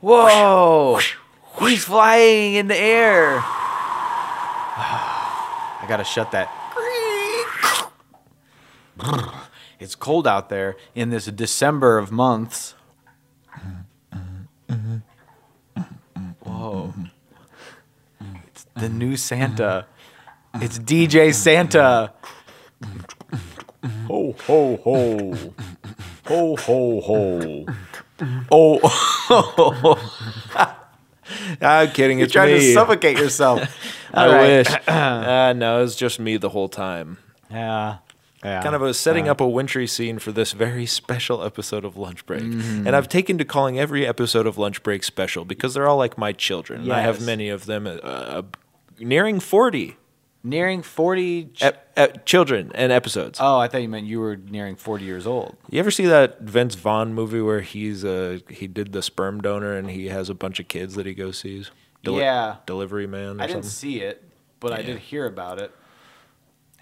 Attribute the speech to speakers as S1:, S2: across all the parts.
S1: Whoa! He's flying in the air. I gotta shut that. It's cold out there in this December of months. Whoa. It's the new Santa. It's DJ Santa. Ho, ho, ho. Ho, ho, ho. Oh.
S2: I'm kidding.
S1: You're
S2: it's
S1: trying
S2: me.
S1: to suffocate yourself.
S2: I
S1: All right. Uh,
S2: wish. Ah, no, it's just me the whole time.
S1: Yeah. Yeah.
S2: Kind of a
S1: ah.
S2: setting up a wintry scene for this very special episode of Lunch Break.
S1: Mm-hmm.
S2: And I've taken to calling every episode of Lunch Break special because they're all like my children. And I have
S1: Yes.
S2: many of them uh, uh, nearing 40
S1: nearing 40. ch-
S2: ep- ep- children and episodes.
S1: oh, I thought you meant you were nearing 40 years old.
S2: You ever see that Vince Vaughn movie where he's uh, he did the sperm donor and he has a bunch of kids that he goes sees?
S1: Yeah.
S2: Delivery man or
S1: I didn't
S2: something.
S1: see it, but I
S2: Yeah.
S1: did hear about it.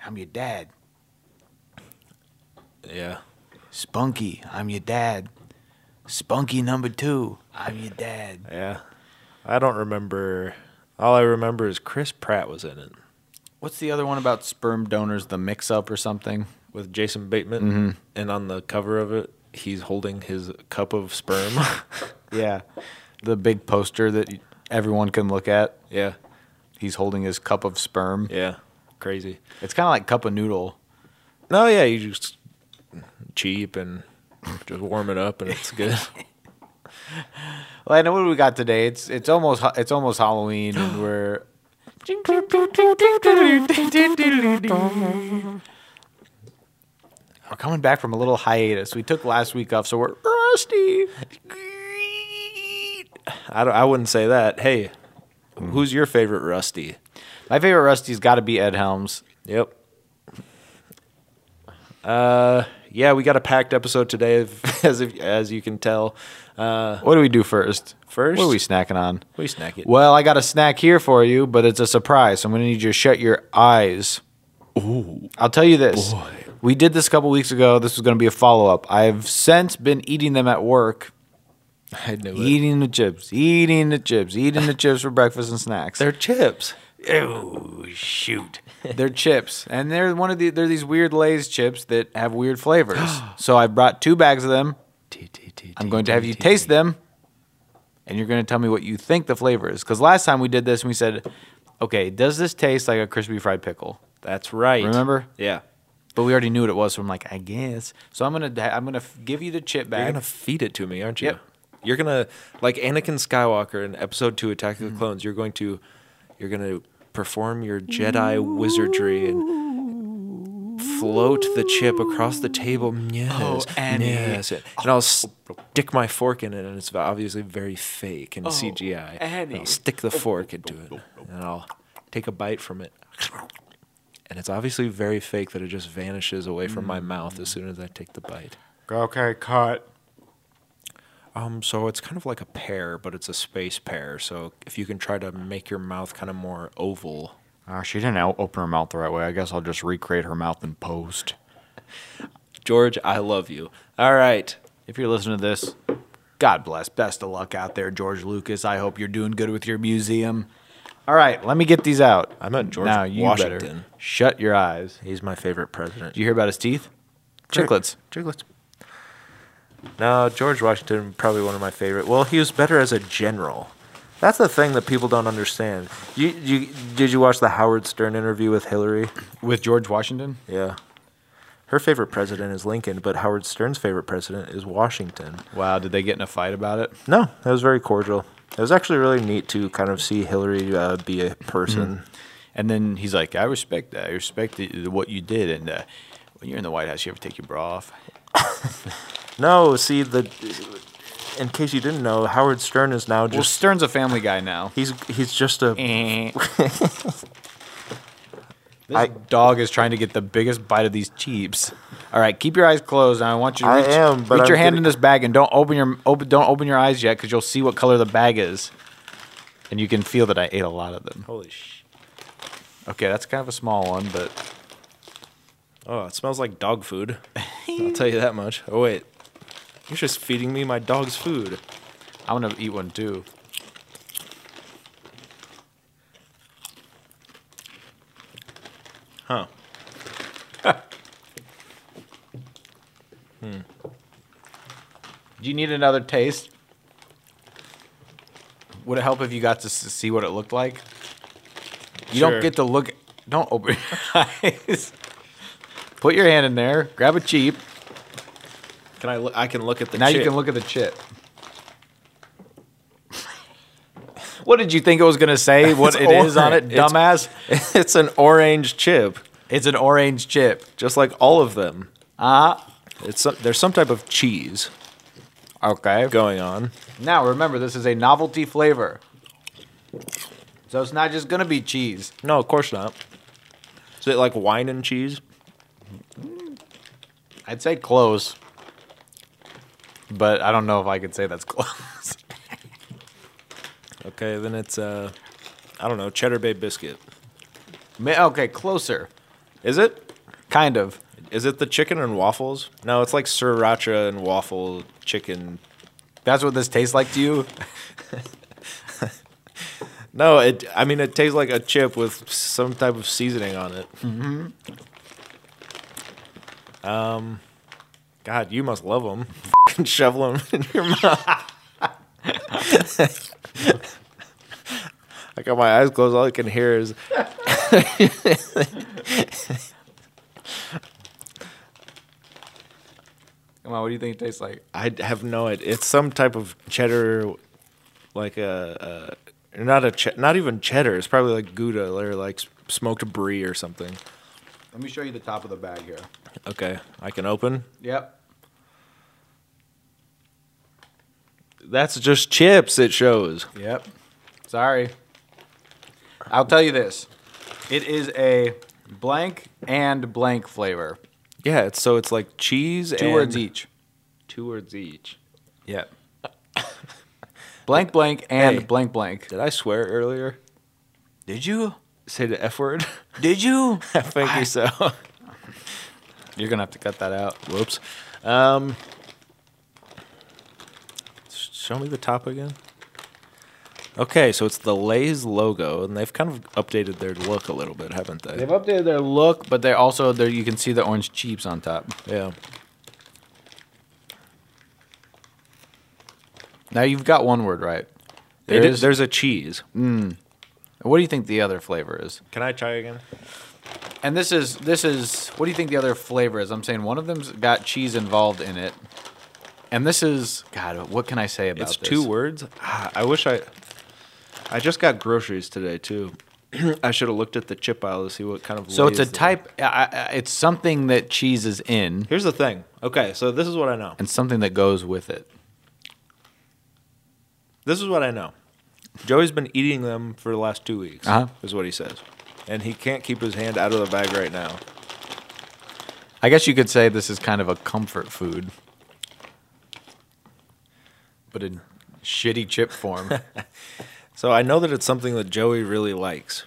S1: I'm your dad.
S2: yeah.
S1: Spunky, I'm your dad. Spunky number two, I'm your dad.
S2: Yeah. I don't remember. All I remember is Chris Pratt was in it
S1: What's the other one about sperm donors, the mix up or something?
S2: with Jason Bateman. And on the cover of it, he's holding his cup of sperm.
S1: Yeah. The big poster that y- everyone can look at.
S2: yeah.
S1: He's holding his cup of sperm.
S2: Yeah. Crazy.
S1: It's kind of like cup of noodle.
S2: No, yeah. You just cheap and just warm it up and it's good.
S1: Well, I know what we got today. It's it's almost it's almost Halloween, and we're we're coming back from a little hiatus. We took last week off, so we're rusty.
S2: I, don't, I wouldn't say that. Hey, who's your favorite Rusty?
S1: My favorite Rusty's got to be Ed Helms.
S2: Yep. Uh, yeah, we got a packed episode today, if, as if, as you can tell. Uh,
S1: What do we do first?
S2: First?
S1: what are we snacking on?
S2: we snack it.
S1: Well, I got a snack here for you, but it's a surprise. So I'm going to need you to shut your eyes. Ooh. I'll tell you this. We did this a couple weeks ago. This was going to be a follow up. I've since been eating them at work,
S2: I knew it.
S1: eating the chips, eating the chips, eating the chips for breakfast and snacks.
S2: They're chips.
S1: oh shoot. they're chips, and they're one of the they're these weird Lay's chips that have weird flavors. so I brought two bags of them. I'm going to have you taste them, and you're going to tell me what you think the flavor is. Because last time we did this, and we said, "Okay, does this taste like a crispy fried pickle?"
S2: That's right.
S1: Remember?
S2: Yeah.
S1: But we already knew what it was, so I'm like, "I guess." So I'm gonna I'm gonna f- give you the chip
S2: You're
S1: bag.
S2: gonna feed it to me, aren't you?
S1: Yep.
S2: You're gonna like Anakin Skywalker in Episode Two, Attack of the Clones. You're going to, you're gonna perform your Jedi wizardry and float the chip across the table. Yes,
S1: Annie.
S2: yes. Oh, And I'll stick my fork in it, and it's obviously very fake and CGI. Oh, And
S1: Annie.
S2: I'll stick the fork into it, and I'll take a bite from it. And it's obviously very fake that it just vanishes away from my mouth as soon as I take the bite.
S1: okay, cut.
S2: Um, so it's kind of like a pear, but it's a space pear. So if you can try to make your mouth kind of more oval,
S1: Uh, she didn't out- open her mouth the right way. I guess I'll just recreate her mouth in post.
S2: George, I love you. All right,
S1: If you're listening to this, God bless. Best of luck out there, George Lucas. I hope you're doing good with your museum. All right, let me get these out.
S2: I'm at George
S1: now you
S2: Washington.
S1: better shut your eyes.
S2: He's my favorite president.
S1: Did you hear about his teeth? Chicklets.
S2: Chicklets. No, George Washington probably one of my favorite. Well, he was better as a general. That's the thing that people don't understand. You, you did you watch the Howard Stern interview with Hillary?
S1: With George Washington?
S2: Yeah. Her favorite president is Lincoln, but Howard Stern's favorite president is Washington.
S1: Wow, did they get in a fight about it?
S2: No, it was very cordial. It was actually really neat to kind of see Hillary uh, be a person.
S1: And then he's like, I respect that. I respect the, what you did. And uh, when you're in the White House, you ever take your bra off?
S2: No, see the. In case you didn't know, Howard Stern is now
S1: Well,
S2: just
S1: Stern's a family guy now.
S2: he's he's just a
S1: Eh. This
S2: I-
S1: dog is trying to get the biggest bite of these cheeps. All right, keep your eyes closed. And I want you to
S2: I
S1: reach,
S2: am, but
S1: reach your
S2: I'm
S1: hand
S2: getting-
S1: in this bag and don't open your open, don't open your eyes yet because you'll see what color the bag is, and you can feel that I ate a lot of them.
S2: holy sh.
S1: Okay, that's kind of a small one, but
S2: Oh, it smells like dog food. I'll tell you that much. Oh wait, you're just feeding me my dog's food.
S1: I'm gonna eat one too.
S2: Huh.
S1: Hmm. Do you need another taste? Would it help if you got to s- see what it looked like? You
S2: Sure.
S1: don't get to look. Don't open your eyes. Put your hand in there. Grab a cheap.
S2: Can I? Look, I can look at the.
S1: Now you
S2: chip.
S1: can look at the chip. what did you think it was gonna say? What
S2: It's
S1: it is on it,
S2: orange. It's-
S1: dumbass?
S2: it's an orange chip,
S1: It's an orange chip.
S2: just like all of them. Uh-huh.
S1: Ah,
S2: It's some, there's some type of cheese
S1: okay.
S2: going on.
S1: Now remember, this is a novelty flavor, so it's not just gonna be cheese.
S2: No, of course not. Is it like wine and cheese?
S1: I'd say close, but I don't know if I could say that's close.
S2: Okay, then it's uh, I don't know, cheddar bay biscuit.
S1: Ma- okay, closer,
S2: Is it?
S1: kind of.
S2: Is it the chicken and waffles? No, it's like sriracha and waffle chicken.
S1: That's what this tastes like to you.
S2: No, it. I mean, it tastes like a chip with some type of seasoning on it. Mm-hmm. Um, God, you must love them. Shovel them in your mouth. I got my eyes closed. All I can hear is.
S1: Come on, what do you think it tastes like?
S2: I have no idea. It's some type of cheddar, like a, a not a ch- not even cheddar. It's probably like Gouda or like s- smoked brie or something.
S1: Let me show you the top of the bag here.
S2: Okay, I can open.
S1: Yep.
S2: That's just chips. It shows.
S1: Yep. Sorry. I'll tell you this. It is a blank and blank flavor.
S2: Yeah, it's, so it's like cheese.
S1: Two
S2: and
S1: words each.
S2: Two words each.
S1: Yep. blank blank and
S2: Hey.
S1: blank blank.
S2: Did I swear earlier?
S1: Did you?
S2: Say the f word.
S1: Did you?
S2: I think you so.
S1: You're gonna have to cut that out.
S2: Whoops. Um, s- show me the top again. Okay, so it's the Lay's logo, and they've kind of updated their look a little bit, haven't they?
S1: They've updated their look, but they also there you can see the orange cheeps on top.
S2: Yeah.
S1: Now you've got one word right.
S2: There
S1: There
S2: is-
S1: is-
S2: there's a cheese.
S1: What do you think the other flavor is?
S2: Can I try again?
S1: And this is this is what do you think the other flavor is? I'm saying one of them's got cheese involved in it. And this is God, what can I say about
S2: It's
S1: this?
S2: two words. Ah, I wish I. I just got groceries today too. I should have looked at the chip aisle to see what kind of.
S1: So it's a
S2: Lay's they-
S1: type I, I, it's something that cheese is in
S2: Here's the thing. Okay, so this is what I know.
S1: and something that goes with it.
S2: This is what I know. Joey's been eating them for the last two weeks,
S1: Uh-huh.
S2: is what he says. And he can't keep his hand out of the bag right now.
S1: I guess you could say this is kind of a comfort food. But in shitty chip form.
S2: So I know that it's something that Joey really likes.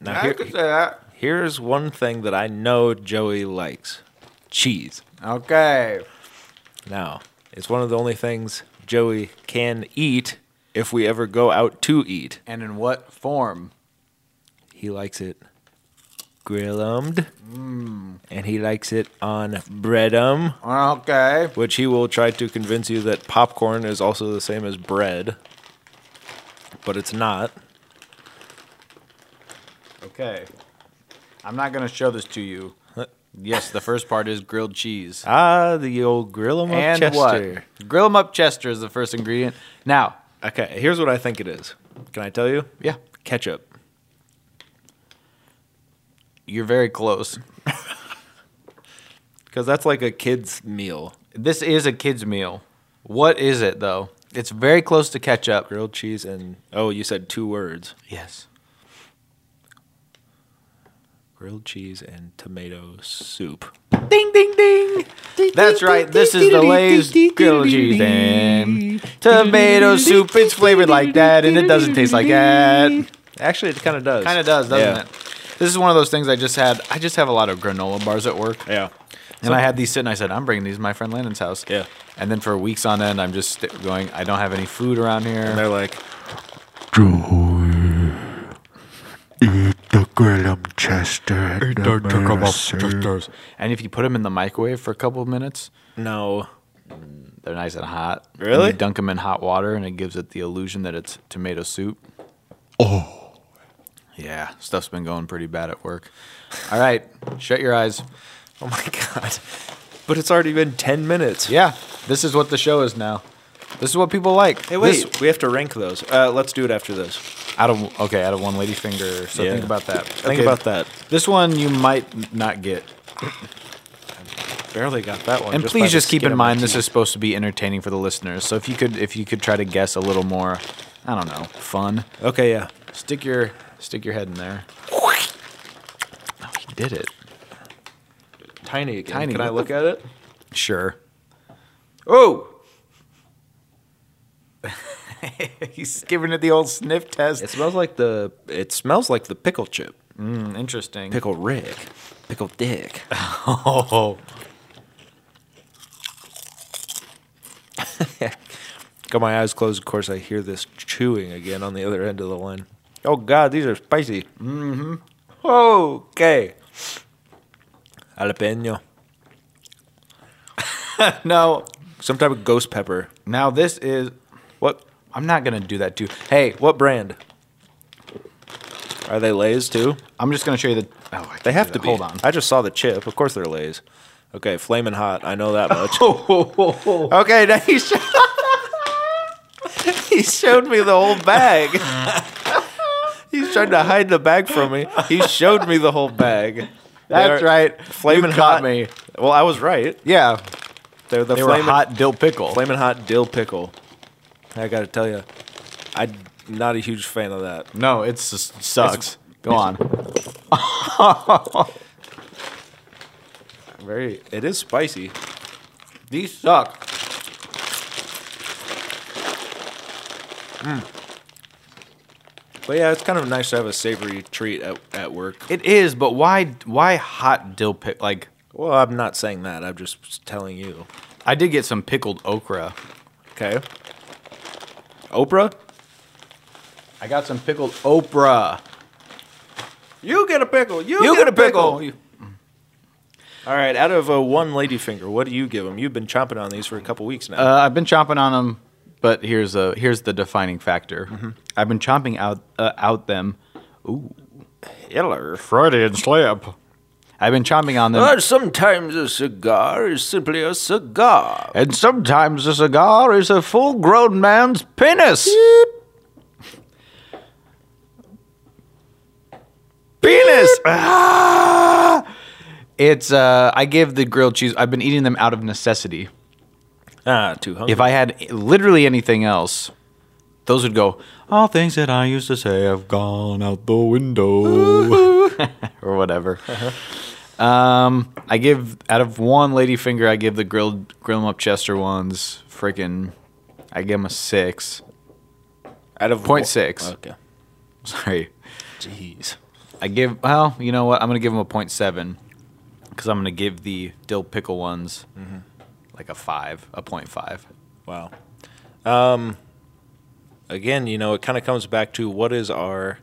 S2: Now, here-
S1: that.
S2: here's one thing that I know Joey likes cheese.
S1: Okay.
S2: Now, it's one of the only things Joey can eat if we ever go out to eat.
S1: And in what form?
S2: He likes it grilled, and he likes it on breadum.
S1: Okay.
S2: which he will try to convince you that popcorn is also the same as bread, but it's not.
S1: Okay. I'm not going to show this to you. Yes, the first part is grilled cheese.
S2: Ah, the old grill 'em up
S1: And
S2: Chester.
S1: what? Grill 'em up Chester is the first ingredient. Now,
S2: Okay, here's what I think it is. Can I tell you?
S1: yeah,
S2: Ketchup.
S1: you're very close.
S2: Because that's like a kid's meal.
S1: This is a kid's meal. What is it, though? It's very close to ketchup.
S2: Grilled cheese and, oh, you said two words
S1: Yes.
S2: grilled cheese and tomato soup.
S1: Ding, ding, ding. That's right. This is the Lay's grilled cheese and tomato soup. It's flavored like that, and it doesn't taste like that.
S2: Actually, it kind of does.
S1: Kind of does, doesn't
S2: Yeah.
S1: it? This is one of those things I just had. I just have a lot of granola bars at work.
S2: Yeah.
S1: And I had these sitting. I said, I'm bringing these to my friend Landon's house.
S2: Yeah.
S1: And then for weeks on end, I'm just st- going, I don't have any food around
S2: And
S1: here.
S2: they're like,
S3: Joey, eat the Graham Chester and the Mercer.
S1: And if you put them in the microwave for a couple of minutes,
S2: no.
S1: they're nice and hot. And
S2: Really?
S1: you dunk them in hot water, and it gives it the illusion that it's tomato soup. Oh. Yeah, stuff's been going pretty bad at work. All right, shut your eyes.
S2: Oh my god. But it's already been 10 minutes.
S1: Yeah, this is what the show is now. This is what people like.
S2: Hey, wait.
S1: This-
S2: we have to rank those. Uh, let's do it after this.
S1: out of okay, out of one lady finger. So
S2: Yeah.
S1: think about that.
S2: Think about that.
S1: This one you might not get.
S2: Barely got that one.
S1: And
S2: Oh, by
S1: please
S2: the
S1: just keep
S2: skin
S1: in
S2: of my
S1: mind this
S2: teeth.
S1: is supposed to be entertaining for the listeners. So if you could if you could try to guess a little more, I don't know, fun.
S2: Okay, yeah.
S1: Stick your stick your head in there. Oh, he did it.
S2: Tiny again.
S1: Tiny.
S2: Can I look at it?
S1: Sure.
S2: Oh!
S1: He's giving it the old sniff test.
S2: It smells like the it smells like the pickle chip.
S1: Mm, interesting.
S2: Pickle Rick. Pickle Dick.
S1: Oh.
S2: Got my eyes closed, of course I hear this chewing again on the other end of the line. Oh god, these are spicy. Mm-hmm. Okay. Jalapeno.
S1: No.
S2: Some type of ghost pepper.
S1: Now this is
S2: What
S1: I'm not gonna do that too. Hey,
S2: what brand? Are they Lay's too?
S1: I'm just gonna show you the oh I
S2: They
S1: can't
S2: have
S1: do
S2: to
S1: that.
S2: be.
S1: Hold on.
S2: I just saw the chip. Of course they're Lay's. Okay, flaming hot. I know that much.
S1: Okay, now you show
S2: he showed me the whole bag. He's trying to hide the bag from me. He showed me the whole bag. They're
S1: That's right.
S2: Flamin'
S1: You caught
S2: hot.
S1: me.
S2: Well, I was right.
S1: Yeah.
S2: They're the
S1: They
S2: flamin'
S1: were hot dill pickle.
S2: flamin' hot dill pickle. I gotta tell you, I'm not a huge fan of that.
S1: No, it just sucks. Go on.
S2: Very. It is spicy.
S1: These suck.
S2: But yeah, it's kind of nice to have a savory treat at, at work.
S1: It is, but why? Why hot dill pick? Like
S2: Well, I'm not saying that. I'm just telling you.
S1: I did get some pickled okra.
S2: Okay. Oprah,
S1: I got some pickled okra. Uh,
S2: you get a pickle. You,
S1: You
S2: get,
S1: gonna
S2: a pickle.
S1: pickle?
S2: All right, out of uh, one lady finger, what do you give them? You've been chomping on these for a couple weeks now.
S1: Uh, I've been chomping on them, but here's a here's the defining factor. I've been chomping out uh, out them.
S2: Hitler.
S1: Freudian slip. I've been chomping on them,
S2: Uh, sometimes a cigar is simply a cigar.
S1: and sometimes a cigar is a full-grown man's penis.
S2: Penis.
S1: Ah. It's uh, I give the grilled cheese. I've been eating them out of necessity.
S2: Ah, too hungry.
S1: If I had literally anything else, those would go. All things that I used to say have gone out the window, or whatever. Um, I give out of one lady finger, I give the grilled grill 'em up Chester ones. Freaking, I give them a six.
S2: out of
S1: Point
S2: one-
S1: six.
S2: Okay.
S1: Sorry,
S2: Jeez.
S1: I give. Well, you know what? I'm gonna give them a point seven because I'm gonna give the dill pickle ones
S2: Mm-hmm.
S1: like a five, a point five.
S2: Wow. Um, again, you know, it kind of comes back to what is our,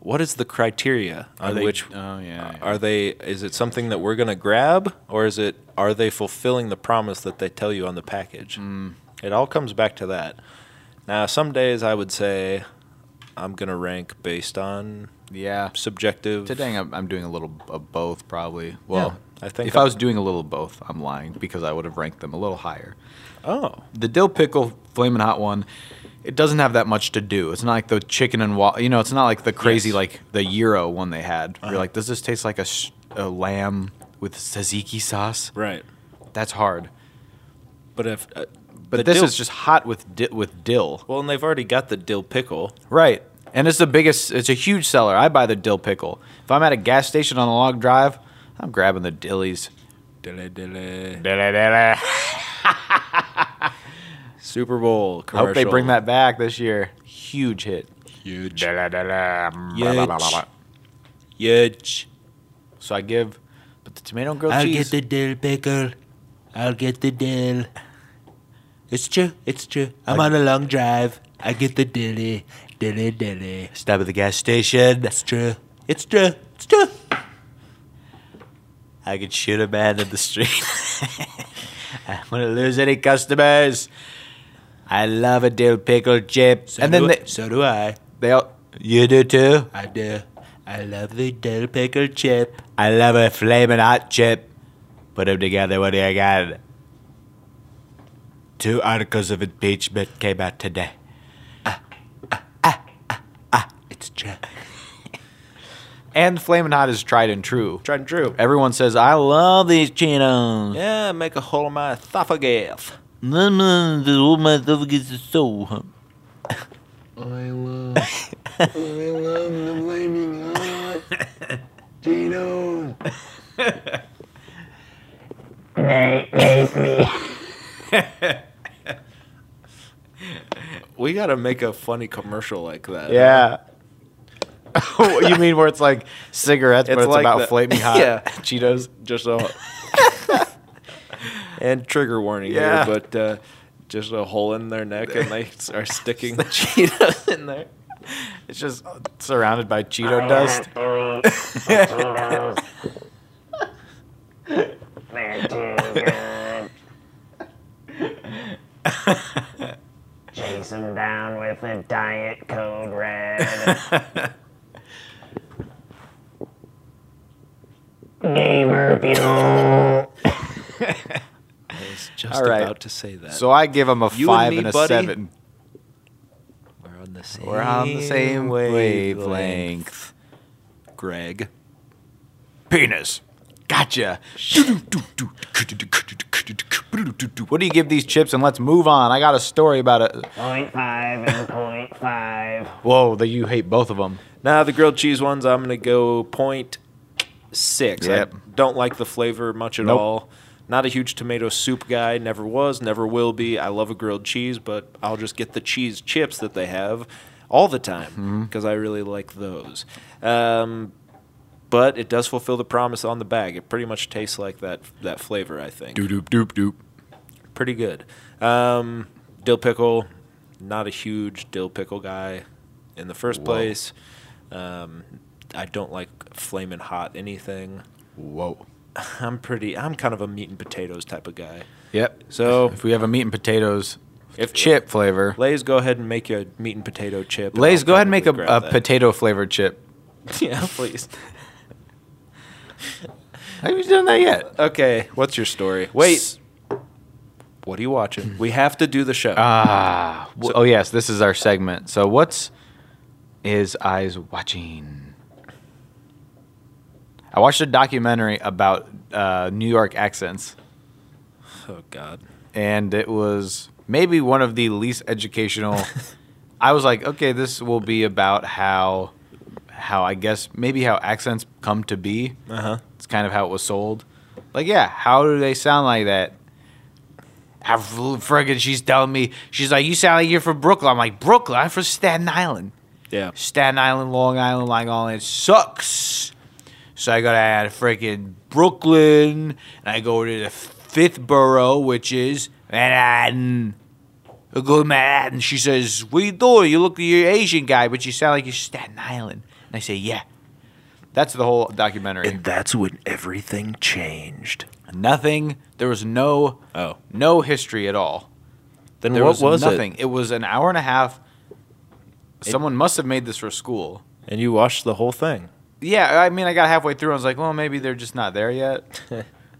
S2: what is the criteria on
S1: they-
S2: which?
S1: oh, yeah,
S2: Uh, Are they? Is it something that we're gonna grab, or is it? Are they fulfilling the promise that they tell you on the package?
S1: Mm.
S2: It all comes back to that. Now, some days I would say I'm gonna rank based on
S1: Yeah.
S2: subjective.
S1: Today I'm, I'm doing a little of both, probably. Well,
S2: I think
S1: if
S2: I-
S1: I was doing a little of both, I'm lying because I would have ranked them a little higher.
S2: Oh,
S1: The dill pickle flamin' hot one, it doesn't have that much to do. It's not like the chicken and wa- you know, it's not like the crazy
S2: Yes. Uh-huh.
S1: like the gyro one they had. Where You're like, does this taste like a, sh- a lamb with tzatziki sauce?
S2: right.
S1: That's hard.
S2: But if uh,
S1: But
S2: the
S1: this
S2: dill-
S1: is just hot with di- with dill,
S2: well, and they've already got the dill pickle.
S1: right? And it's the biggest. It's a huge seller. I buy the dill pickle. If I'm at a gas station on a long drive, I'm grabbing the dillies.
S2: Dilly dilly.
S1: Dilly dilly.
S2: Super Bowl
S1: I
S2: commercial.
S1: hope they bring that back this year. Huge hit.
S2: Huge.
S1: Huge.
S2: Huge.
S1: So I give But the tomato and grilled
S4: I'll get
S1: cheese.
S4: the dill pickle. I'll get the dill. It's true. It's true. I'm on a long drive. I get the dilly, dilly, dilly.
S5: Stop at the gas station.
S4: It's true. It's true. It's true.
S5: I could shoot a man in the street. I'm gonna lose any customers. I love a dill pickle chip.
S4: So
S5: and then
S4: do,
S5: they,
S4: so do I.
S5: they all, you do too.
S4: I do. I love the dill pickle chip.
S5: I love a flaming hot chip. Put them together. What do you got? Two articles of impeachment came out today.
S4: It's true.
S1: and Flamin' Hot is tried and true.
S2: Tried and true.
S1: Everyone says, I love these Cheetos.
S2: Yeah, make a hole in my esophagus.
S4: No, no, the woman doesn't get so.
S2: We gotta make a funny commercial like that.
S1: Yeah. you mean where it's like cigarettes, but
S2: It's
S1: it's
S2: like
S1: about
S2: the-
S1: flaming hot
S2: Yeah.
S1: Cheetos?
S2: Just a. and trigger warning
S1: Yeah.
S2: here, but uh, just a hole in their neck, and they are sticking the Cheetos in there.
S1: It's just surrounded by
S2: Oh,
S1: Cheeto dust.
S6: Chase him down with a diet code red. Gamer Bugle.
S2: I was just
S1: All right.
S2: about to say that.
S1: So I give them a
S2: You and
S1: five
S2: me,
S1: and, a
S2: buddy.
S1: seven.
S2: we're on the same.
S1: We're on the same wavelength.
S2: Greg.
S1: Penis. Gotcha. What do you give these chips? And let's move on. I got a story about it.
S6: Point five and point five.
S1: Whoa, that you hate both of them.
S2: Now the grilled cheese ones, I'm gonna go point six.
S1: Yep.
S2: I don't like the flavor much at
S1: Nope.
S2: all. Not a huge tomato soup guy. Never was. Never will be. I love a grilled cheese, but I'll just get the cheese chips that they have all the
S1: Mm-hmm.
S2: time because I really like those. Um, but it does fulfill the promise on the bag. It pretty much tastes like that that flavor. I think. Doop doop doop doop. Pretty good. Um, dill pickle. Not a huge dill pickle guy in the first place. Um, I don't like flaming hot anything.
S1: Whoa.
S2: I'm pretty. I'm kind of a meat and potatoes type of guy.
S1: Yep.
S2: So
S1: If we have a meat and potatoes
S2: if
S1: chip flavor,
S2: Lay's go ahead and make a meat and potato chip. and
S1: Lays,
S2: I'll
S1: go ahead and make a,
S2: probably
S1: a
S2: grab that.
S1: potato flavored chip.
S2: yeah, please.
S1: Have you done that yet?
S2: Okay, what's your story? Wait, what are you watching? We have to do the show.
S1: Ah, w- oh yes, this is our segment. So what's is eyes watching? I watched a documentary about uh, New York accents,
S2: oh God.
S1: and it was maybe one of the least educational. I was like, okay, this will be about how, how I guess maybe how accents come to be.
S2: Uh huh.
S1: It's kind of how it was sold. Like, yeah, how do they sound like that? I friggin' she's telling me she's like, you sound like you're from Brooklyn. I'm like, Brooklyn, I'm from Staten Island.
S2: Yeah.
S1: Staten Island, Long Island, Long Island sucks. So I go to uh, freaking Brooklyn, and I go to the fifth borough, which is Manhattan. I go to Manhattan. She says, "What you doing? You look, you're Asian guy, but you sound like you're Staten Island." And I say, "Yeah." That's the whole documentary.
S2: that's when everything changed.
S1: Nothing. There was no
S2: Oh.
S1: no history at all.
S2: Then
S1: There
S2: what was,
S1: nothing.
S2: it?
S1: It? was an hour and a half. Someone must have made this for school.
S2: And you watched the whole thing.
S1: Yeah, I mean, I got halfway through. and I was like, well, maybe they're just not there yet.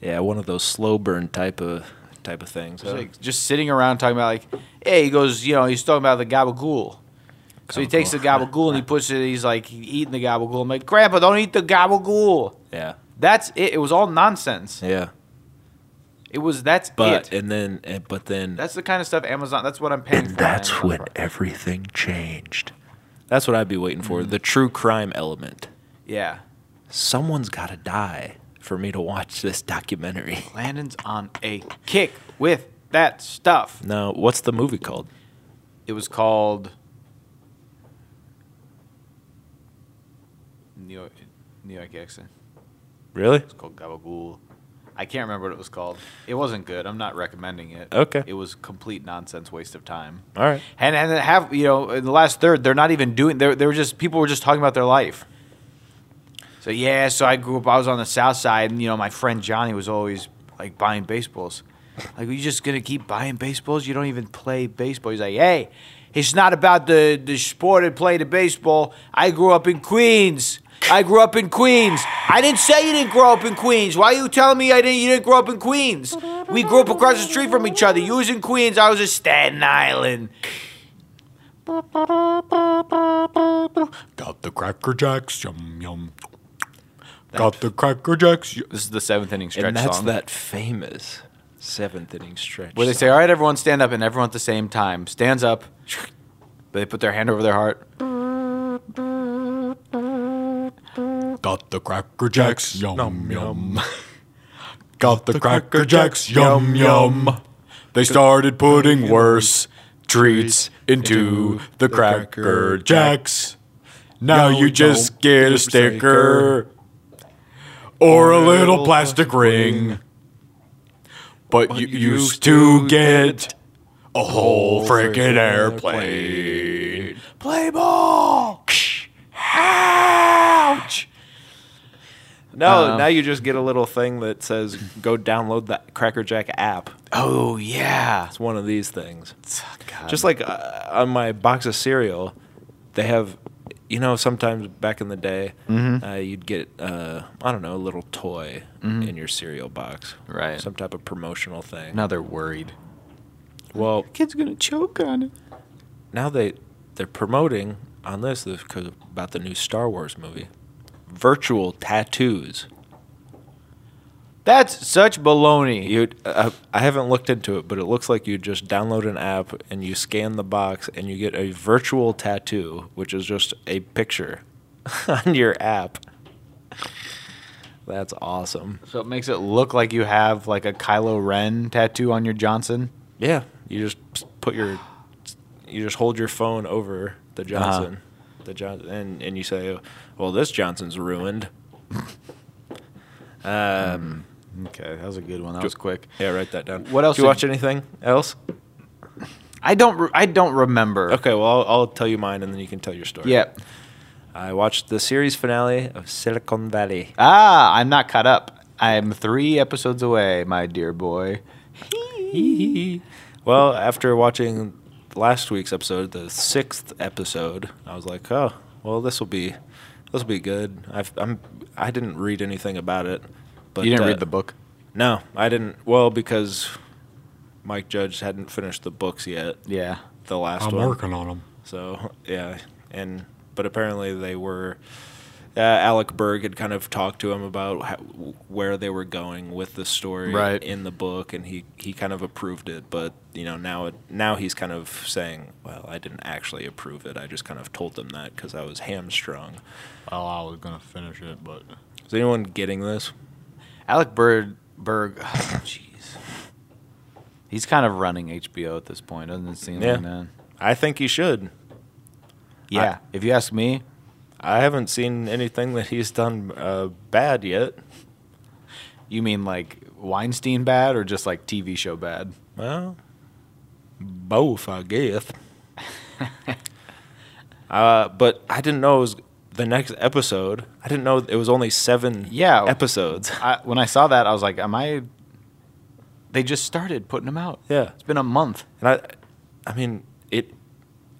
S2: Yeah, one of those slow burn type of type of things.
S1: It's
S2: huh?
S1: like just sitting around talking about like, hey, he goes, you know, he's talking about the gabagool. So he takes the gabagool and he puts it. He's like eating the gabagool. I'm like, Grandpa, don't eat the gabagool.
S2: yeah.
S1: That's it. It was all nonsense.
S2: Yeah.
S1: It was that's
S2: But
S1: it.
S2: and then and, but then
S1: That's the kind of stuff Amazon. That's what I'm paying. for on Amazon for.
S2: everything changed. That's what I'd be waiting for. The true crime element.
S1: Yeah,
S2: Someone's got to die for me to watch this documentary.
S1: Landon's on a kick with that stuff.
S2: Now, what's the movie called?
S1: It was called New York, New York accent.
S2: Really?
S1: It's called Gabagool. I can't remember what it was called. It wasn't good. I'm not recommending it.
S2: Okay.
S1: It was complete nonsense, waste of time.
S2: All right.
S1: And and then have you know in the last third they're not even doing they they were just people were just talking about their life. So yeah, so I grew up. I was on the south side, and you know my friend Johnny was always like buying baseballs. Like, are you just gonna keep buying baseballs? You don't even play baseball. He's like, hey, it's not about the the sport and play the baseball. I grew up in Queens. I grew up in Queens. I didn't say you didn't grow up in Queens. Why are you telling me I didn't? You didn't grow up in Queens. We grew up across the street from each other. You was in Queens. I was in Staten Island.
S3: Got the Cracker Jacks, yum yum. Got the Cracker Jacks.
S1: This is the seventh inning stretch
S2: and that's
S1: song.
S2: that famous seventh inning stretch.
S1: Where they say, all right, everyone stand up, and everyone at the same time stands up, but they put their hand over their heart.
S3: Got the Cracker Jacks, yum yum. Got the Cracker Jacks, yum yum. They started putting worse treats into the Cracker Jacks. Now Oh, you just get a sticker or a little plastic ring. But you used to get a whole freaking airplane. Play ball! Ouch!
S2: no, now you just get a little thing that says go download the Cracker Jack app.
S1: Oh yeah.
S2: It's one of these things. Just like uh, on my box of cereal, they have, you know, sometimes back in the day, uh, you'd get, uh, I don't know, a little toy in your cereal box.
S1: Right.
S2: Some type of promotional thing.
S1: Now they're worried.
S2: Well,
S1: Kid's gonna choke on it.
S2: now they, they're promoting on this, this cause about the new Star Wars movie virtual tattoos.
S1: That's such baloney.
S2: You, uh, I haven't looked into it, but it looks like you just download an app and you scan the box and you get a virtual tattoo, which is just a picture on your app. That's awesome.
S1: So it makes it look like you have like a Kylo Ren tattoo on your Johnson.
S2: Yeah, you just put your, you just hold your phone over the Johnson, the Johnson, and, and you say, "Well, this Johnson's ruined."
S1: Okay, that was a good one. That was quick.
S2: Yeah, write that down.
S1: What else
S2: Do you
S1: did-
S2: watch anything else?
S1: I don't. Re- I don't remember.
S2: Okay, well, I'll, I'll tell you mine, and then you can tell your story.
S1: Yeah.
S2: I watched the series finale of Silicon Valley.
S1: Ah, I'm not caught up. I'm three episodes away, my dear boy.
S2: Well, after watching last week's episode, the sixth episode, I was like, oh, well, this will be this will be good. I've, I'm I didn't read anything about it. But
S1: you didn't
S2: uh,
S1: read the book.
S2: No, I didn't. Well, because Mike Judge hadn't finished the books yet.
S1: Yeah.
S2: The last
S3: I'm
S2: one.
S3: working on them.
S2: So yeah, and but apparently they were. Uh, Alec Berg had kind of talked to him about how, where they were going with the story
S1: Right.
S2: in the book, and he, he kind of approved it. But you know now it, now he's kind of saying, "Well, I didn't actually approve it. I just kind of told them that because I was hamstrung."
S3: Well, Oh, I was gonna finish it, but
S2: Is anyone getting this?
S1: Alec Bird Berg. oh, Jeez. He's kind of running HBO at this point, doesn't it seem
S2: Yeah.
S1: like that?
S2: I think he should.
S1: Yeah. if you ask me,
S2: I haven't seen anything that he's done uh, bad yet.
S1: you mean like Weinstein bad or just like TV show bad?
S2: Well, both, I guess. uh, but I didn't know it was the next episode. I didn't know it was only seven
S1: Yeah.
S2: episodes.
S1: I, when I saw that, I was like, am I. They just started putting them out.
S2: Yeah.
S1: It's been a month.
S2: And I, I mean, it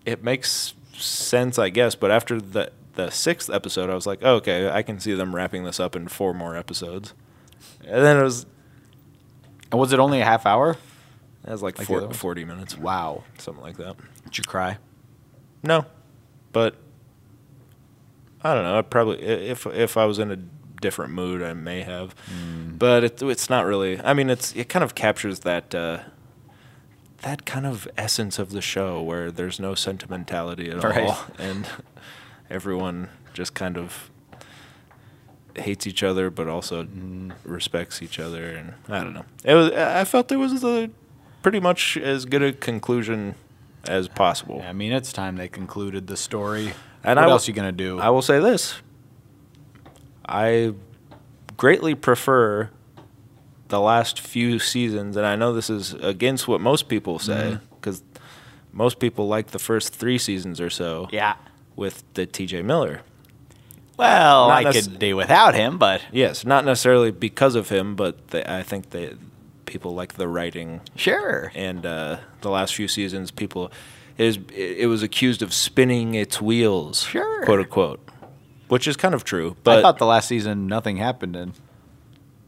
S2: it makes sense, I guess. But after the the sixth episode, I was like, oh, okay, I can see them wrapping this up in four more episodes. And then it was
S1: And was it only a half hour?
S2: it was like,
S1: Like the
S2: four,
S1: other one?
S2: 40 minutes,
S1: Wow.
S2: something like that.
S1: Did you cry?
S2: No, but I don't know. I probably i- if if I was in a different mood, I may have. But it, it's not really. I mean, it's it kind of captures that uh, that kind of essence of the show where there's no sentimentality at
S1: Right.
S2: all, and everyone just kind of hates each other, but also respects each other. And I don't know. It was. I felt it was a pretty much as good a conclusion as possible.
S1: I mean, it's time they concluded the story.
S2: And
S1: what
S2: I will-
S1: else you going to do?
S2: I will say this. I greatly prefer the last few seasons, and I know this is against what most people say
S1: Mm-hmm.
S2: because most people like the first three seasons or so.
S5: Yeah.
S2: With the T.J. Miller,
S5: Well,
S2: Not
S5: I
S2: necess-
S5: could do without him, but
S2: yes, not necessarily because of him, but they, I think they people like the writing
S5: sure.
S2: and uh, the last few seasons, people it, is, it was accused of spinning its wheels,
S5: Sure.
S2: quote unquote, which is kind of true. But
S1: I thought the last season nothing happened and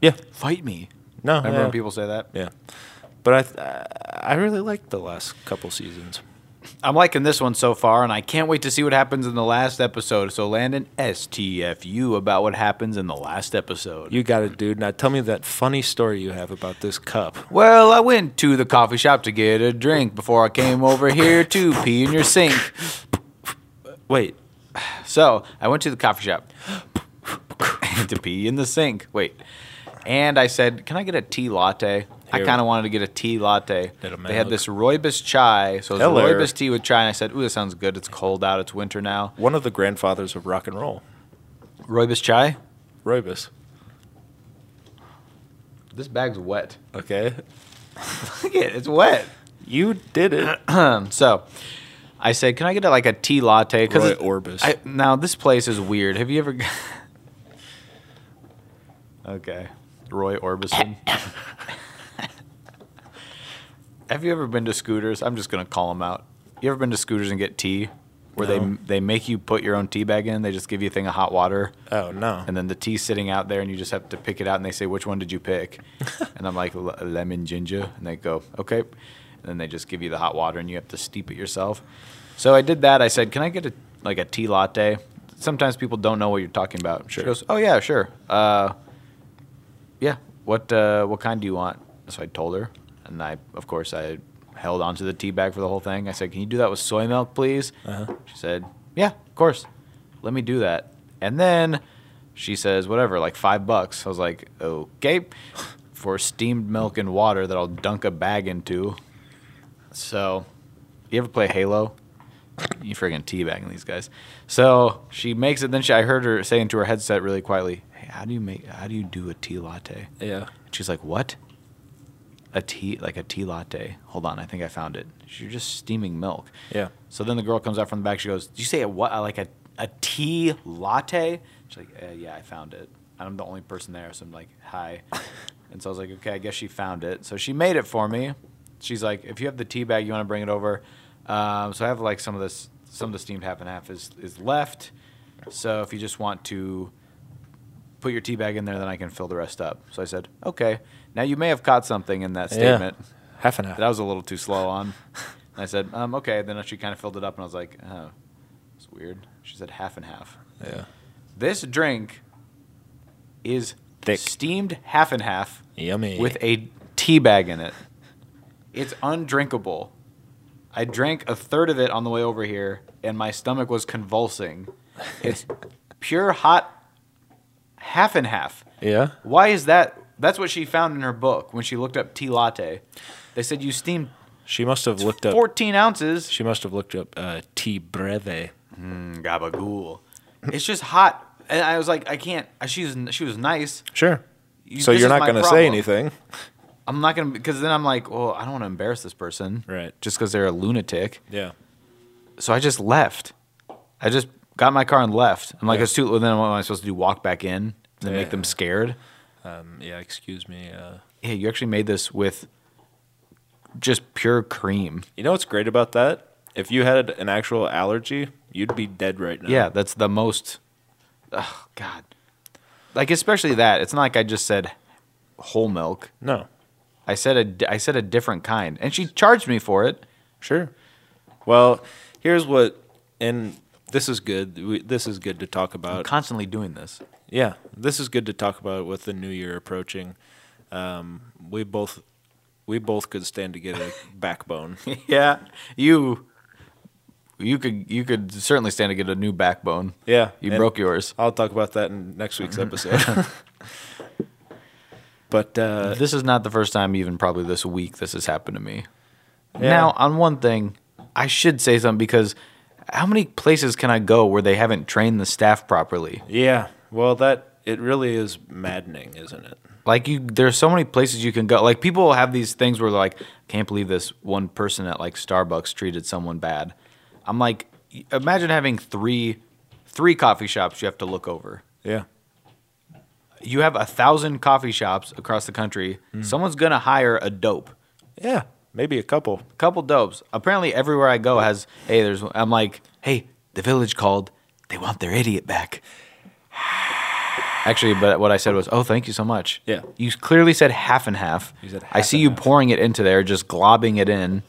S2: yeah,
S1: fight me.
S2: no,
S1: I remember
S2: Oh, yeah,
S1: people say that.
S2: yeah. But I, th- I really liked the last couple seasons.
S1: I'm liking this one so far, and I can't wait to see what happens in the last episode. So, Landon, STFU about what happens in the last episode.
S2: You got it, dude. Now tell me that funny story you have about this cup.
S1: Well, I went to the coffee shop to get a drink before I came over here to pee in your sink.
S2: Wait,
S1: So I went to the coffee shop to pee in the sink. Wait. And I said, Can I get a tea latte? I
S2: Here.
S1: kind of wanted to get a tea latte.
S2: Little
S1: They
S2: milk.
S1: had this rooibos chai. So it was
S2: Hello.
S1: rooibos tea with chai. And I said, Ooh, that sounds good. It's cold out. It's winter now.
S2: one of the grandfathers of rock and roll,
S1: Rooibos chai?
S2: Roybus.
S1: This bag's wet.
S2: Okay,
S1: Look at it. It's wet. Um,
S2: you did it.
S1: So I said, Can I get a, like a tea latte?
S2: Roy
S1: it-
S2: Orbis.
S1: I, now, this place is weird. Have you ever. g- okay. Roy Orbison. Have you ever been to Scooters? I'm just going to call them out. You ever been to Scooters and get tea? Where
S2: No.
S1: they they make you put your own tea bag in, they just give you a thing of hot water,
S2: oh no.
S1: and then the tea's sitting out there, and you just have to pick it out, and they say which one did you pick, and I'm like "Le- lemon ginger, and they go okay, and then they just give you the hot water, and you have to steep it yourself. So I did that. I said, can I get a like a tea latte? Sometimes people don't know what you're talking about. She
S2: Sure.
S1: goes, oh yeah, sure. Uh, yeah, what uh, what kind do you want? So I told her, and I of course I held onto the tea bag for the whole thing. I said, can you do that with soy milk, please? She said, yeah, of course. Let me do that. And then she says, whatever, like five bucks. I was like, okay, for steamed milk and water that I'll dunk a bag into. So, you ever play Halo? You friggin' teabagging these guys. So she makes it. Then she, I heard her saying to her headset really quietly, "Hey, how do you make? How do you do a tea latte?"
S2: Yeah.
S1: And she's like, "What? A tea like a tea latte? Hold on, I think I found it. You're just steaming milk."
S2: Yeah.
S1: So then the girl comes out from the back. She goes, "Did you say a what? uh, Like a a tea latte?" She's like, uh, "Yeah, I found it." And I'm the only person there, so I'm like, "Hi." and so I was like, "Okay, I guess she found it." So she made it for me. She's like, "If you have the tea bag, you want to bring it over." Um, so I have like some of this, some of the steamed half and half is is left. So if you just want to put your tea bag in there, then I can fill the rest up. So I said, "Okay." Now you may have caught something in that statement
S2: Half an hour.
S1: that I was a little too slow on. And I said, um, okay. Then she kind of filled it up, and I was like, oh, it's weird. She said half and half.
S2: yeah.
S1: This drink is
S2: Thick.
S1: steamed half and half
S2: Yummy.
S1: with a tea bag in it. It's undrinkable. I drank a third of it on the way over here, and my stomach was convulsing. It's pure hot half and half.
S2: yeah.
S1: Why is that? That's what she found in her book when she looked up tea latte. They said you steam
S2: She must have looked up.
S1: 14 ounces.
S2: She must have looked up uh, tea breve.
S1: Gabagool. It's just hot. And I was like, I can't. She was, she was nice.
S2: Sure.
S1: You-
S2: so
S1: this
S2: you're
S1: is
S2: not
S1: my
S2: going to
S1: problem.
S2: say anything.
S1: I'm not going to, because then I'm like, well, I don't want to embarrass this person.
S2: Right.
S1: Just because they're a lunatic.
S2: Yeah.
S1: So I just left. I just got in my car and left. I'm like,
S2: Yeah.
S1: it's too, well, then what am I supposed to do? Walk back in and then make
S2: Yeah.
S1: them scared?
S2: Um, yeah. Excuse me. Uh,
S1: Yeah, you actually made this with just pure cream.
S2: you know what's great about that? If you had an actual allergy, you'd be dead right now.
S1: Yeah, that's the most. Oh God, like especially that. It's not like I just said whole milk.
S2: No.
S1: I said a di- I said a different kind, and she charged me for it.
S2: Sure. Well, here's what, and this is good. We, this is good to talk about.
S1: Constantly doing this.
S2: Yeah, this is good to talk about with the new year approaching. Um, we both we both could stand to get a backbone.
S1: yeah, you. You could you could certainly stand to get a new backbone.
S2: Yeah,
S1: you
S2: and
S1: broke yours.
S2: I'll talk about that in next week's episode. but uh,
S1: This is not the first time, even probably this week, this has happened to me.
S2: Yeah.
S1: Now, on one thing, I should say something because how many places can I go where they haven't trained the staff properly?
S2: yeah, well that It really is maddening, isn't it?
S1: Like you, there's so many places you can go. Like people have these things where they're like, "Can't believe this one person at like Starbucks treated someone bad." I'm like, y- imagine having three, three coffee shops you have to look over.
S2: Yeah.
S1: You have a thousand coffee shops across the country. Someone's gonna hire a dope,
S2: Yeah. Maybe a couple.
S1: a couple dopes. Apparently, everywhere I go has, hey, there's. I'm like, hey, the village called. They want their idiot back. Actually, but what I said was, oh, thank you so much.
S2: Yeah.
S1: You clearly said half and half.
S2: You said
S1: I
S2: half
S1: see
S2: and
S1: you
S2: half.
S1: pouring it into there, just globbing it in.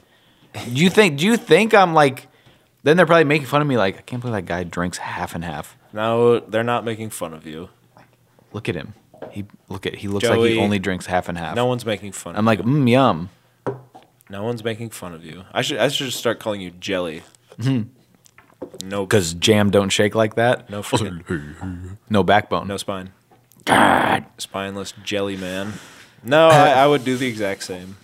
S1: Do you think? Do you think I'm like? Then they're probably making fun of me. Like, I can't believe that guy drinks half and half.
S2: No, they're not making fun of you.
S1: Look at him. He look at. He looks like he
S2: Joey.
S1: only drinks half and half.
S2: No one's making fun.
S1: I'm
S2: of
S1: like,
S2: you.
S1: mm, yum.
S2: no one's making fun of you. I should I should just start calling you Jelly.
S1: Hmm.
S2: no,
S1: Because jam don't shake like that.
S2: no fucking,
S1: No backbone.
S2: no spine. Spineless jelly man. No, I, I would do the exact same.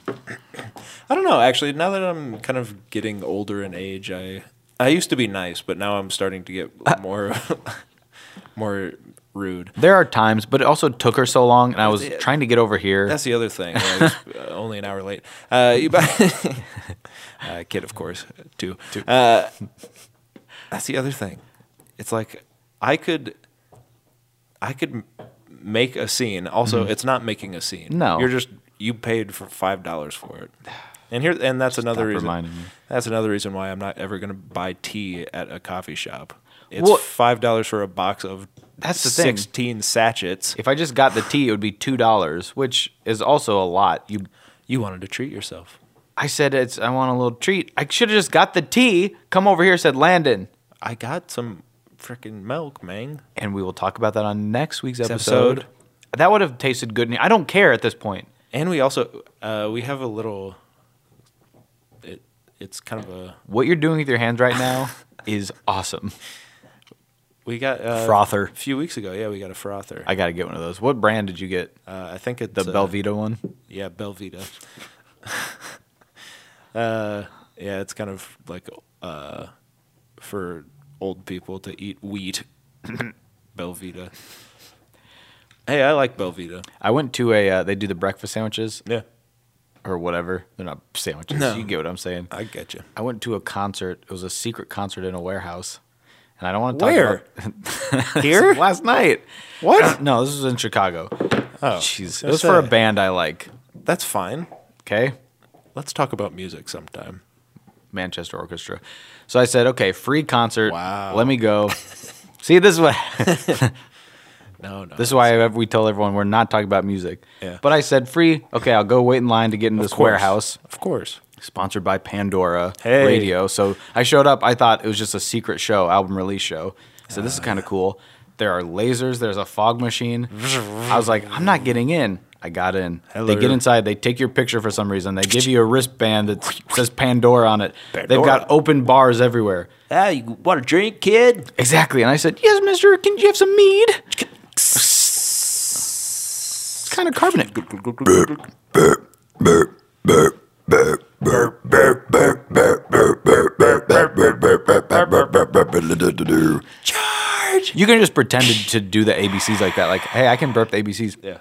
S2: I don't know. Actually, now that I'm kind of getting older in age, I I used to be nice, but now I'm starting to
S1: Uh,
S2: get more more rude.
S1: There are times, but it also took her so long, and I was
S2: Yeah.
S1: trying to get over here.
S2: That's the other thing. I was uh, only an hour late. Uh, you buy- uh, kid, of course, too. Uh, that's the other thing. It's like I could, I could m- make a scene. Also, it's not making a scene.
S1: Mm-hmm. No.
S2: you're just you paid for five dollars for it. And here, and that's another reason.
S1: reminding me.
S2: That's another reason why I'm not ever going to buy tea at a coffee shop. It's
S1: Well-
S2: five dollars for a box of
S1: That's the thing.
S2: sixteen sachets.
S1: If I just got the tea, it would be two dollars, which is also a lot. You,
S2: You wanted to treat yourself.
S1: I said it's. I want a little treat. I should have just got the tea. Come over here, said Landon,
S2: I got some freaking milk, man.
S1: and we will talk about that on next week's episode.
S2: episode.
S1: That would have tasted good. in- I don't care at this point.
S2: And we also uh, we have a little. It it's kind of a
S1: What you're doing with your hands right now is awesome.
S2: we got uh,
S1: Frother.
S2: a few weeks ago. Yeah, we got a frother. I,
S1: I gotta get one of those. What brand did you get?
S2: uh, I think it's
S1: The
S2: uh,
S1: Belvita one.
S2: Yeah, Belvita. uh, yeah, it's kind of like uh, for old people to eat wheat. Belvita. Hey, I like Belvita.
S1: I went to a. Uh, they do the breakfast sandwiches
S2: Yeah,
S1: or whatever. They're not sandwiches.
S2: No.
S1: You get what I'm saying.
S2: I get you.
S1: I went to a concert. It was a secret concert in a warehouse, and I don't want to talk
S2: Where?
S1: about
S2: Here?
S1: last night.
S2: What?
S1: No, this was in Chicago.
S2: Oh,
S1: Jeez, it
S2: that's
S1: was for a
S2: a-
S1: band I like.
S2: That's fine.
S1: Okay,
S2: Let's talk about music sometime.
S1: Manchester Orchestra. So I said, okay, free concert.
S2: Wow.
S1: Let me go. See, this is what
S2: No, no.
S1: this is why we tell everyone we're not talking about music.
S2: Yeah.
S1: But I said free. Okay, I'll go wait in line to get into this
S2: course.
S1: warehouse.
S2: Of course.
S1: sponsored by Pandora
S2: Hey.
S1: Radio. So I showed up. I thought it was just a secret show, album release show. So this is kind of cool. There are lasers. There's a fog machine. I was like, I'm not getting in. I got in. They get
S2: Hello.
S1: inside. They take your picture for some reason. They give you a wristband that says Pandora on it. They've
S2: Pandora.
S1: got open bars everywhere.
S4: Ah, you want a drink, kid?
S1: Exactly. And I said, Yes, mister, can you have some mead? It's kind of carbonate. You can just pretend to, to do the ABCs like that. Like, hey, I can burp the ABCs.
S2: Yeah.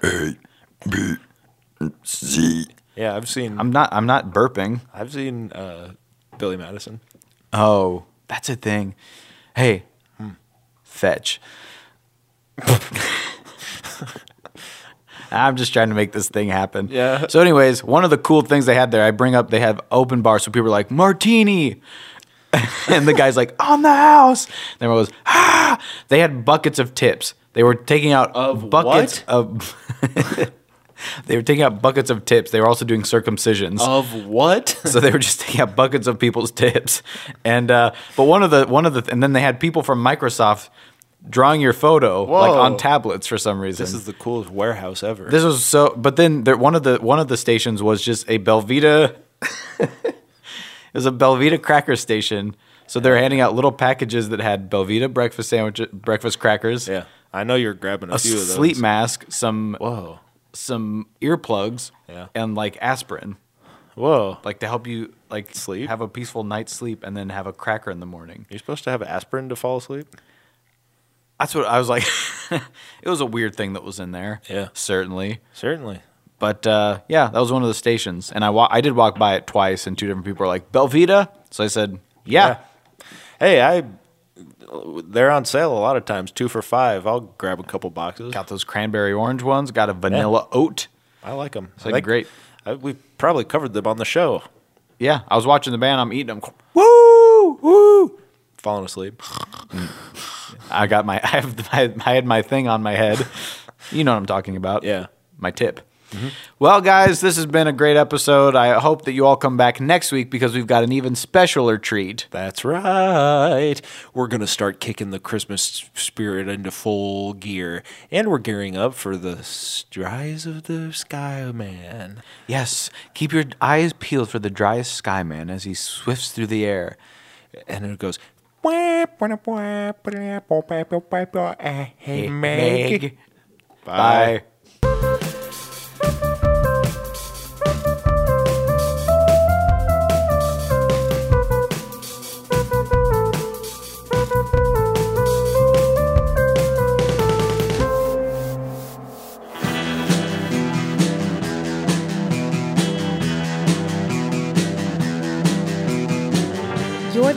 S2: Yeah, I've seen.
S1: I'm not. I'm not burping.
S2: i have seen uh, Billy Madison.
S1: Oh, that's a thing. Hey, hmm, fetch. I'm just trying to make this thing happen.
S2: Yeah.
S1: So, anyways, one of the cool things they had there, I bring up, they have open bar, so people are like, martini. and the guy's like, on the house. And everyone goes, ah. They had buckets of tips. They were taking out
S2: Of
S1: buckets
S2: what?
S1: of. they were taking out buckets of tips. They were also doing circumcisions
S2: Of what?
S1: so they were just taking out buckets of people's tips and uh, but one of the one of the and then they had people from microsoft drawing your photo like
S2: Whoa.
S1: on tablets for some reason
S2: this is the coolest warehouse ever.
S1: this was so but then there, one of the one of the stations was just a belvita it was a belvita cracker station so they're handing out little packages that had belvita breakfast sandwiches breakfast crackers
S2: yeah, I know you're grabbing a,
S1: a
S2: few of those.
S1: sleep mask some
S2: Whoa,
S1: some earplugs
S2: Yeah.
S1: and like aspirin
S2: whoa.
S1: like to help you like
S2: Sleep?
S1: have a peaceful night's sleep and then have a cracker in the morning
S2: You're supposed to have aspirin to fall asleep.
S1: That's what I was like. it was a weird thing that was in there.
S2: Yeah.
S1: certainly.
S2: Certainly.
S1: But uh, yeah, that was one of the stations, and I wa- I did walk by it twice, and two different people were like Belvita. So I said, yeah.
S2: Hey, I they're on sale a lot of times, two for five. I'll grab a couple boxes.
S1: Got those cranberry orange ones. Got a vanilla oat.
S2: I like them.
S1: It's like great.
S2: I, we've probably covered them on the show.
S1: Yeah, I was watching the band. I'm eating them.
S2: Woo! Woo! Falling asleep.
S1: I got my I, have my I had my thing on my head. You know what I'm talking about.
S2: Yeah.
S1: My tip. Well, guys, this has been a great episode. I hope that you all come back next week because we've got an even specialer treat.
S2: That's right. We're going to start kicking the Christmas spirit into full gear. And we're gearing up for the s- rise of the Skyman.
S1: Yes, keep your eyes peeled for the driest skyman as he swifts through the air.
S2: And it goes,
S1: Hey,
S4: Hey,
S1: Meg.
S4: Meg.
S1: Bye.
S7: You're